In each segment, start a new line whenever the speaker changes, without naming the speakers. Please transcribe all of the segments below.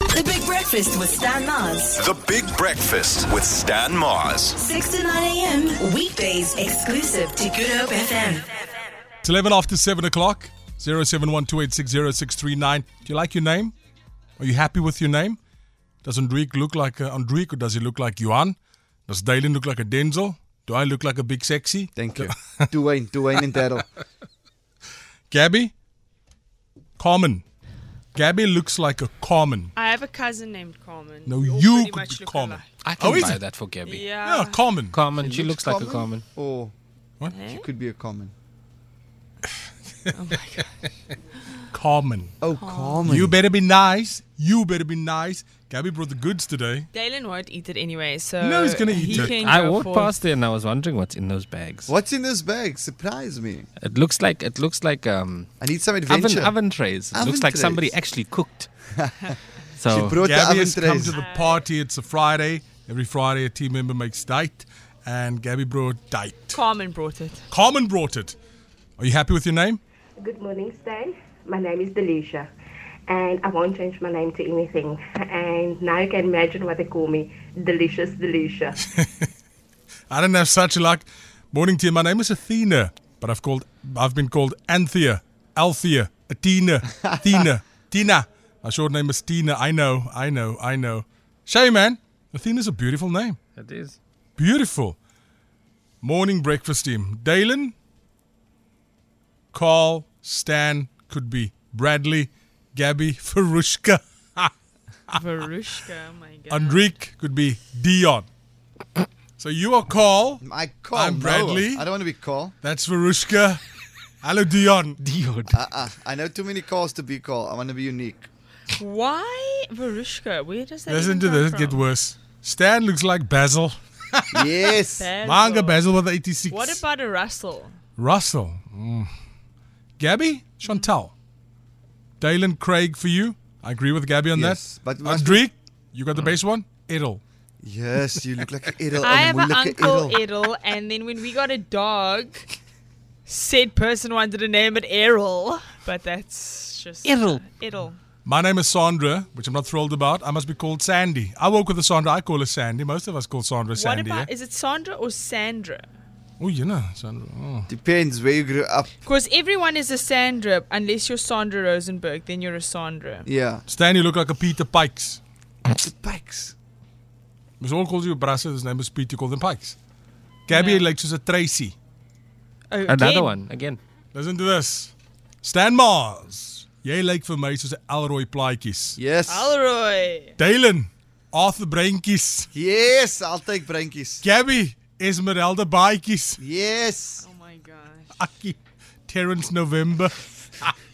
The Big Breakfast with Stan Mars.
The Big Breakfast with Stan Mars.
6 to 9 a.m. Weekdays exclusive to Good Hope FM.
It's 11 after 7 o'clock. 0712860639. Do you like your name? Are you happy with your name? Does Andrique look like uh, Andrique or does he look like Yuan? Does Dalen look like a Denzel? Do I look like a big sexy?
Thank you. Dwayne, Dwayne and Daryl.
Gabby? Carmen. Gabby looks like a Carmen.
I have a cousin named Carmen.
No,
We all
you
pretty
could
much uh,
be
look
Carmen.
alike.
I
Oh,
can
is
buy
it?
that for Gabby.
Yeah.
Yeah, Carmen.
Common. She looks like a common.
Or
What?
she could be a common.
Carmen.
Oh, common.
You better be nice. You better be nice. Gabby brought the goods today.
Dalen won't eat it anyway, so
No, he's gonna eat
he
it.
Can
I
go
walked
for-
past there and I was wondering what's in those bags.
What's in this bag? Surprise me.
It looks like it looks like um
I need some
oven
adventure.
oven trays. It
Oven
looks like somebody
trays.
actually cooked. so
She brought the
Gabby
oven
has come
trays.
to the party. It's a Friday. Every Friday, a team member makes date, and Gabby brought date.
Carmen brought it.
Carmen brought it. Are you happy with your name?
Good morning, Stan. My name is Delisha, and I won't change my name to anything. And now you can imagine what they call me Delicious Delisha.
I don't have such luck. Morning team, my name is Athena, but I've called I've been called Anthea, Althea, Athena, Athena, Tina. My short name is Tina. I know, I know, I know. Shame man. Athena's a beautiful name.
it is.
Beautiful. Morning breakfast team. Dalen, Carl, Stan, could be Bradley, Gabby, Farushka,
Varushka, oh my god.
Andrique, could be Dion. So you are Carl.
I call.
I'm Bradley.
I don't want to be called.
That's Varushka. Hello, Dion.
Dion.
Uh, I know too many calls to be called. I want to be unique.
Why Varushka? Where does that
Listen
even
to
come
this.
from?
It get worse. Stan looks like Basil.
Yes.
Basil.
Manga Basil with 86.
What about a Russell?
Russell? Mm. Gabby? Chantal? Dalen Craig for you. I agree with Gabby on
Yes,
that.
but must be- Mm.
Andriek, you got the base one? It'll.
yes, you look like an idol.
I
and
have
we
an
look a
uncle
idol.
Errol, and then when we got a dog, said person wanted to name it Errol, but that's just uh,
Errol.
Errol.
My name is Sandra, which I'm not thrilled about. I must be called Sandy. I woke with a Sandra. I call her Sandy. Most of us call Sandra
What
Sandy. eh?
about
yeah?
is it Sandra or Sandra?
Oh, you know, Sandra. Oh.
Depends where you grew up.
Because everyone is a Sandra unless you're Sandra Rosenberg, then you're a Sandra.
Yeah.
Stan, you look like a Peter Pikes.
The pikes.
We've all called you Brasser. His name is Peter. You call them Pikes. Gabby
No.
likes you as a Tracy.
Oh,
Another
again.
one again.
Listen to this. Stan Mars. Jy lyk vir my soos 'n Elroy plaatjies.
Yes.
Alroy.
Dalen, Arthur Breintjies.
yes, I'll take Brankies.
Gabby, Esmeralda Baatjies.
Yes.
Oh my gosh.
Akkie, Terrence November.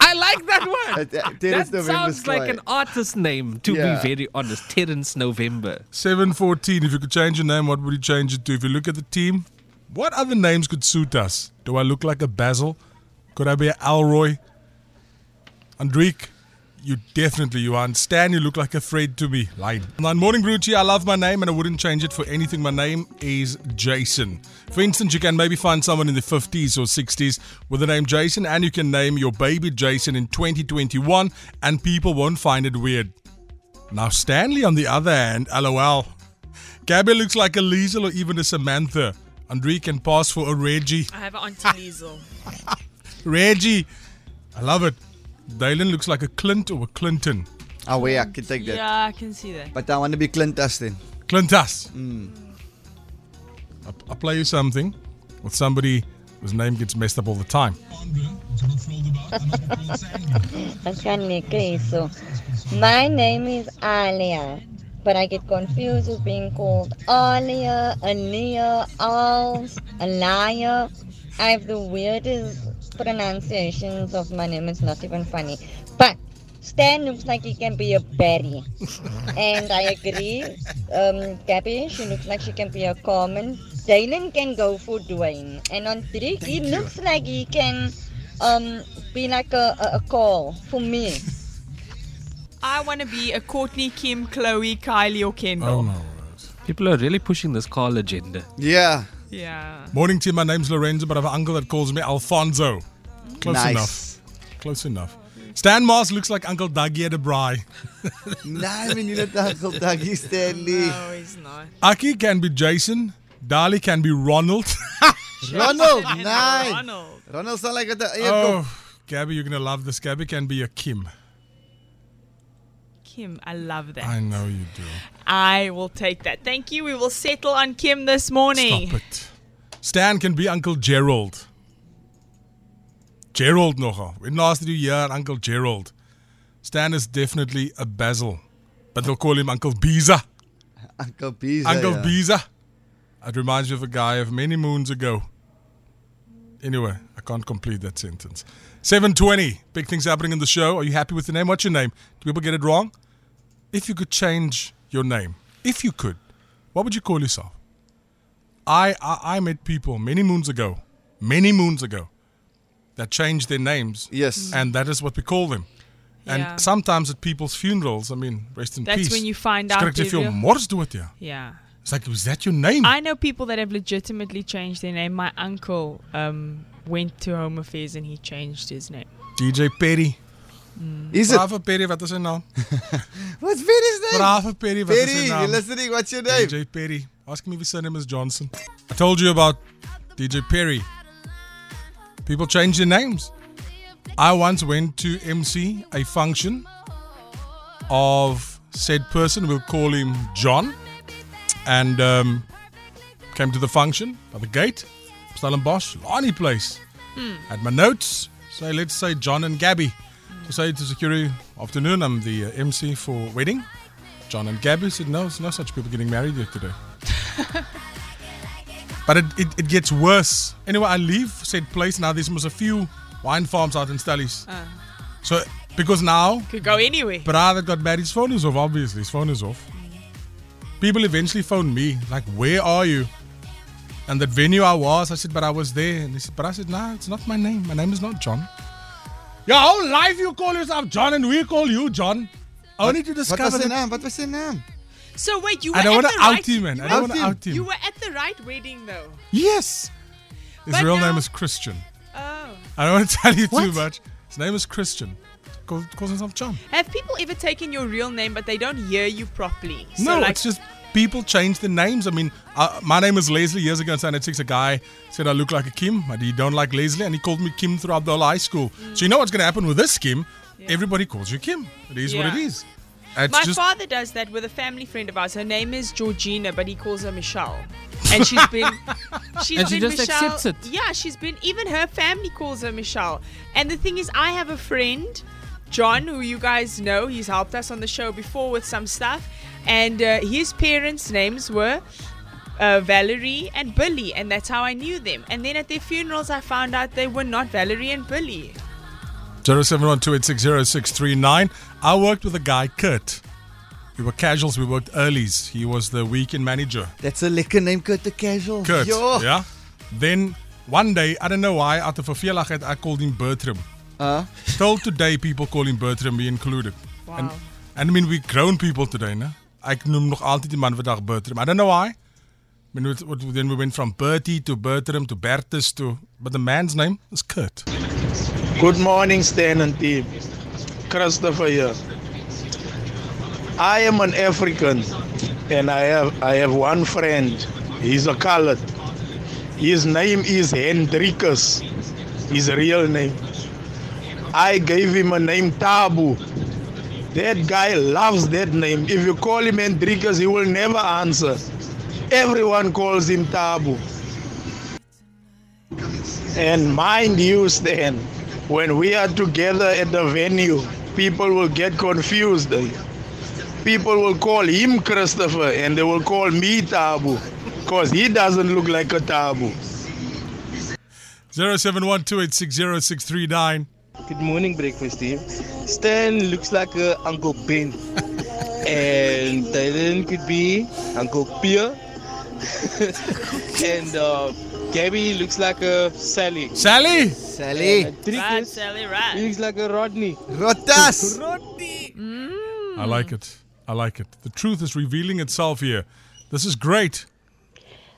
I like that one.
Uh, th- Terrence
that
November
sounds like
Sly.
an artist name. To
Yeah.
be very honest, Terence November.
714. If you could change your name, what would you change it to? If you look at the team, what other names could suit us? Do I look like a Basil? Could I be a Alroy? Andrique, you definitely you are. And Stan, you look like a Fred to me. Line. Nine morning Brucey, I love my name and I wouldn't change it for anything. My name is Jason. For instance, you can maybe find someone in the 50s or 60s with the name Jason, and you can name your baby Jason in 2021, and people won't find it weird. Now Stanley, on the other hand, lol. Gabby looks like a Liesel or even a Samantha. Andre can pass for a Reggie.
I have an Auntie Liesel.
Reggie! I love it. Dylan looks like a Clint or a Clinton.
Oh, wait, I can take that.
yeah, I can see that.
But I want to be Clint Aston.
Clintas. I'll, I'll play you something with somebody whose name gets messed up all the time.
My name is Alia, but I get confused with being called Alia, Alia, Als, Alia. I have the weirdest pronunciations of my name. It's not even funny. But Stan looks like he can be a berry. and I agree. Um, Gabby, she looks like she can be a common. Dylan can go for Dwayne. And on Drake, he looks like he can um, be like a, a, a call for me.
I want to be a Courtney, Kim, Chloe, Kylie, or Kendall.
Oh no.
People are really pushing this call agenda.
Yeah.
Yeah.
Morning team, my name's Lorenzo, but I have an uncle that calls me Alfonso. Close
nice.
enough. Close enough. Stan Mars looks like Uncle Dougie at a braai.
Nee, man, you're not Uncle Dougie Stanley.
No, Oh, he's not.
Aki can be Jason. Dali can be Ronald.
Ronald,
And
nee.
Ronald.
Ronald's not like the eie kop.
oh, Gabby, you're gonna love this. Gabby can be a Kim.
Kim, I love that.
I know you do.
I will take that. Thank you. We will settle on Kim this morning.
Stop it. Stan can be Uncle Gerald. Gerald nogal. When last did you hear Uncle Gerald? Stan is definitely a Basil. But they'll call him Uncle Biza.
Uncle Beezer.
Oh. Uncle
yeah.
Biza. It reminds me of a guy of many moons ago. Anyway, I can't complete that sentence. 720. Big things happening in the show. Are you happy with the name? What's your name? Do people get it wrong? If you could change your name, if you could, what would you call yourself? I, I, I met people many moons ago, many moons ago, that changed their names.
Yes.
And that is what we call them. And
Yeah.
sometimes at people's funerals, I mean, rest in
That's
peace.
when you find out
Correct if
if
you're
you-
mors do it, yeah.
Yeah.
It's like, was that your name?
I know people that have legitimately changed their name. My uncle um, went to Home Affairs and he changed his name.
DJ Perry.
Is it?
Mm. Bravo Perry, wat is sy naam?
What's Perry's name?
Bravo Perry, wat is sy
Perry, you're
naam?
listening. What's your name?
DJ Perry. Ask him if his surname is Johnson. I told you about DJ Perry. People change their names. I once went to MC a function of said person. We'll call him John. And um, came to the function by the gate, Stellenbosch, Lani Place. Had my notes. Say, let's say John and Gabby. So say to security, afternoon, I'm the uh, MC for wedding. John and Gabby said, no, there's no such people getting married here today. but it, it, it gets worse. Anyway, I leave said place. Now there's a few wine farms out in Stellies. So, because now,
Could go anywhere.
Bra that got married, his phone is off, obviously. His phone is off. People eventually phoned me, like, where are you? And that venue I was, I said, but I was there. And they said, but I said, nah, it's not my name. My name is not John. Your whole life you call yourself John and we call you John. Only to
What
discover
was
that
sy naam? Wat was sy naam?
So wait, you were
I don't
at
want
the
to
right.
out him, man. I
Out
don't want to
him.
out him.
You were at the right wedding though.
yes. His
But
real
now-
name is Christian.
Oh.
I don't want to tell you too much. His name is Christian. Calls, calls himself John.
Have people ever taken your real name but they don't hear you properly? So,
No,
like,
it's just people change their names. I mean, uh, my name is Leslie. Years ago in Standard 6, a guy said I look like a Kim, but he don't like Leslie, and he called me Kim throughout the whole high school. So you know what's going to happen with this Kim? Everybody calls you Kim. It is what
Yeah.
it is. It's
My
just,
father does that with a family friend of ours. Her name is Georgina, but he calls her Michelle. And she's been, she's
And she
been
just
Michelle.
accepts it.
Yeah, she's been. Even her family calls her Michelle. And the thing is, I have a friend, John, who you guys know. He's helped us on the show before with some stuff, and uh, his parents' names were. Uh, Valerie and Billy, and that's how I knew them. And then at their funerals, I found out they were not Valerie and Billy.
0712860639. I worked with a guy, Kurt. We were casuals, we worked earlies. He was the weekend manager.
That's a lekker name, Kurt the Casual.
Kurt.
Jo.
Yeah. Then one day, I don't know why, out of verveligheid, I called him Bertram.
Huh?
Till today, people call him Bertram, me included.
Wow.
And, and I mean, we grown people today, ne? Ek noem nog altyd die man vandag Bertram. I don't know why. I mean, it, it, then we went from Bertie to Bertram to Bertus to... But the man's name is Kurt.
Good morning, Stan and team. Christopher here. I am an African, and I have I have one friend. He's a colored. His name is Hendrikus. His real name. I gave him a name Tabu. That guy loves that name. If you call him Hendrikus, he will never answer. Everyone calls him Tabu. And mind you, Stan, when we are together at the venue, people will get confused. People will call him Christopher and they will call me Tabu because he doesn't look like a Tabu.
0712860639.
Good morning, breakfast team. Stan looks like uh, Uncle Ben, and Dylan could be Uncle Pierre, and uh, Gabby looks like a Sally.
Sally!
Sally.
Right,
Trikus
Sally, right.
looks like a Rodney.
Rotas.
I like it. I like it. The truth is revealing itself here. This is great.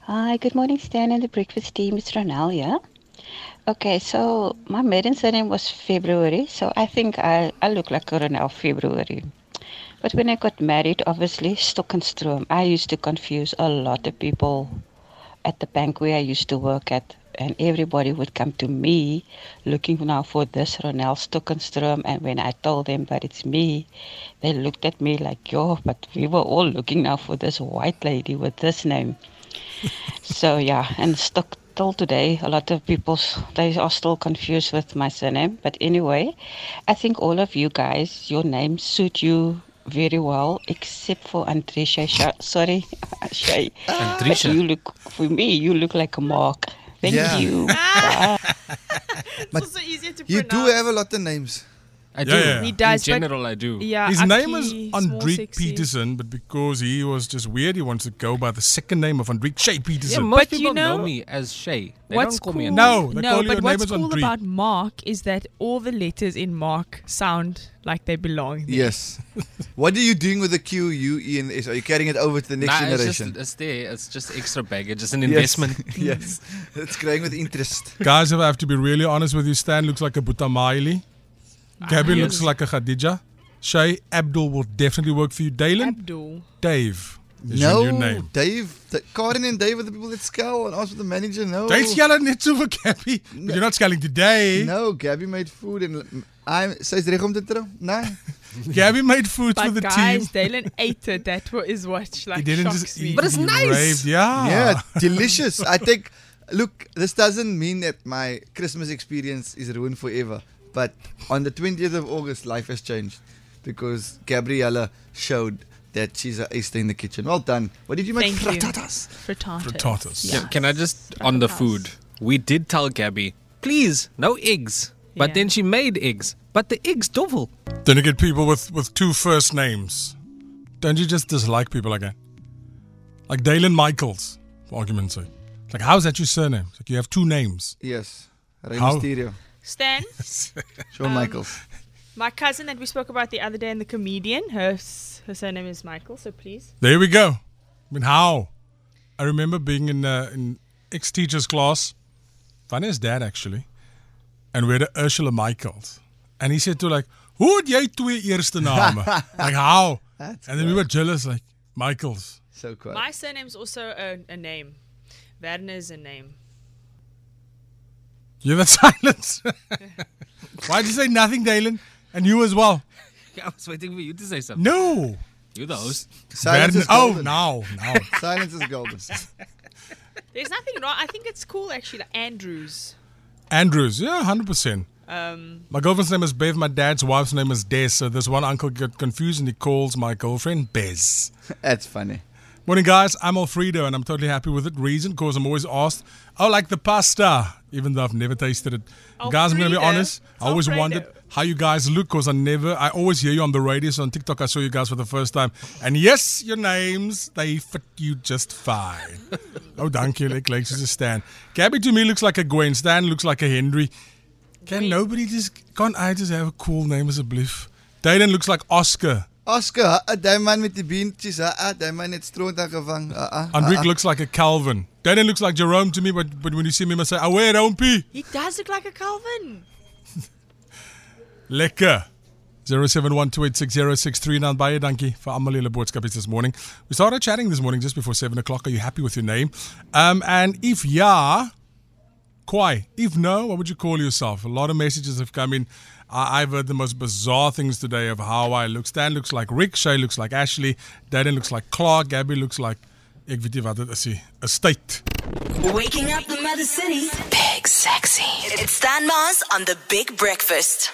Hi, good morning, Stan and the breakfast team. It's Ronal, yeah? Okay, so my maiden surname was February, so I think I, I look like Coronel February. But when I got married, obviously, Stockenstrom, I used to confuse a lot of people at the bank where I used to work at. And everybody would come to me looking now for this Ronel Stockenstrom. And when I told them that it's me, they looked at me like, yo, but we were all looking now for this white lady with this name. so, yeah, and stuck till today. A lot of people, they are still confused with my surname. But anyway, I think all of you guys, your names suit you very well, except for Andrisha. Sha- sorry, Shay. But
Andrisha.
You look, for me, you look like a mark. Thank
Yeah.
you. Bye.
But you do have a lot of names.
I
Yeah, do. yeah. He
does, but-
In general, I do.
Yeah,
His name is
Aki, small,
Andreek
sexy.
Peterson, but because he was just weird, he wants to go by the second name of Andreek Shay
Yeah,
Peterson.
most
But you
people know,
know-
me as Shay. They
what's
don't call
cool,
me
No, they call you
but
your
what's
neighbours on
cool
Greek.
about Mark is that all the letters in Mark sound like they belong. there.
Yes. what are you doing with the Q, U, E, and S? Are you carrying it over to the next
nah, it's just
generation?
it's there. It's just extra baggage. It's an
Yes.
investment.
yes. It's growing with interest.
Guys, if I have to be really honest with you, Stan looks like a Butamaili. Gabby
yes.
looks like a Khadija. Shay Abdul will definitely work for you. Dalen,
Abdul.
Dave is
no,
your new name.
Dave. Th- Karen and Dave are the people that scowl and ask for the manager. No.
Dave's yelling at you for Gabby, but you're not yelling today.
Oh. No, Gabby made food and I'm. Says recht om te trou? Nee. No.
Gabby made food for
But
the
guys,
team.
Dalen ate it. That wa- is what like
He didn't
shocks
just
me.
eat.
But it's
he
nice.
raved. Yeah.
Yeah, delicious. I think. Look, this doesn't mean that my Christmas experience is ruined forever. But on the 20th of August, life has changed because Gabriella showed that she's a ace in the kitchen. Well done. What did you make?
Thank you.
Frittatas.
frittatas.
Frittatas.
Yeah.
Can I just on the
Frittatas.
food? We did tell Gabby, please no eggs. But
Yeah.
then she made eggs. But the eggs double.
Then you get people with, with two first names. Don't you just dislike people like that? Like Dalen Michaels, for argument's sake. Like, how's that your surname? It's Like, you have two names.
Yes. Rey
How-
Mysterio.
Stan,
Shawn
Um,
Michaels.
my cousin that we spoke about the other day, and the comedian, her s- her surname is Michael. So please,
There we go. I mean, how? I remember being in uh, in ex teacher's class, Vanessa's dad actually, and we had a Ursula Michaels. And he said to her, like, Who would jy twee eerste name? like, how?
That's
and then we were jealous, like, Michaels.
So
Uh.
quiet.
my surname's also a, a name. Werner is a name.
You have that silence. Why'd you say nothing, Dalen? And you as well.
I was waiting for you to say something.
No.
You're the host.
Silence
Werner-
is
oh,
golden.
no, no.
Silence is golden.
There's nothing wrong. I think it's cool actually. Like Andrews.
Andrews, yeah, 100%. my girlfriend's name is Bev. My dad's wife's name is Des. So this one uncle got confused and he calls my girlfriend Bez.
That's funny.
Morning, guys. I'm Alfredo and I'm totally happy with it. Reason, because I'm always asked, oh, like the pasta, even though I've never tasted it. Guys, I'm going to be
Alfredo.
honest. I always
Alfredo.
wondered how you guys look because I never, I always hear you on the radio. So on TikTok, I saw you guys for the first time. And yes, your names, they fit you just fine. oh, thank you. Like, like, she's a Stan. Gabby to me looks like a Gwen. Stan looks like a Henry. Can nobody just, can't I just have a cool name as a bliff? Dayden looks like Oscar.
Oscar, ah, die man met die beentjies, ah, ah, die man het stroondag gevang. Ah, ah, ah,
Andrik
ah.
looks like a Calvin. Daniel looks like Jerome to me, but, but when you see me, you must say, Away, Rompie!
He does look like a Calvin.
Lekker! 0712860639 baie dankie vir almal julle boodskapies this morning. We started chatting this morning just before 7 o'clock. Are you happy with your name? Um, and if yeah, Kwai. If no, what would you call yourself? A lot of messages have come in. I- I've heard the most bizarre things today of how I look. Stan looks like Rick, Shay looks like Ashley, Daniel looks like Clark, Gabby looks like, ek weet nie wat dit is nie, a state.
Waking up the Mother City. Big Sexy. It's Stan Mars on The Big Breakfast.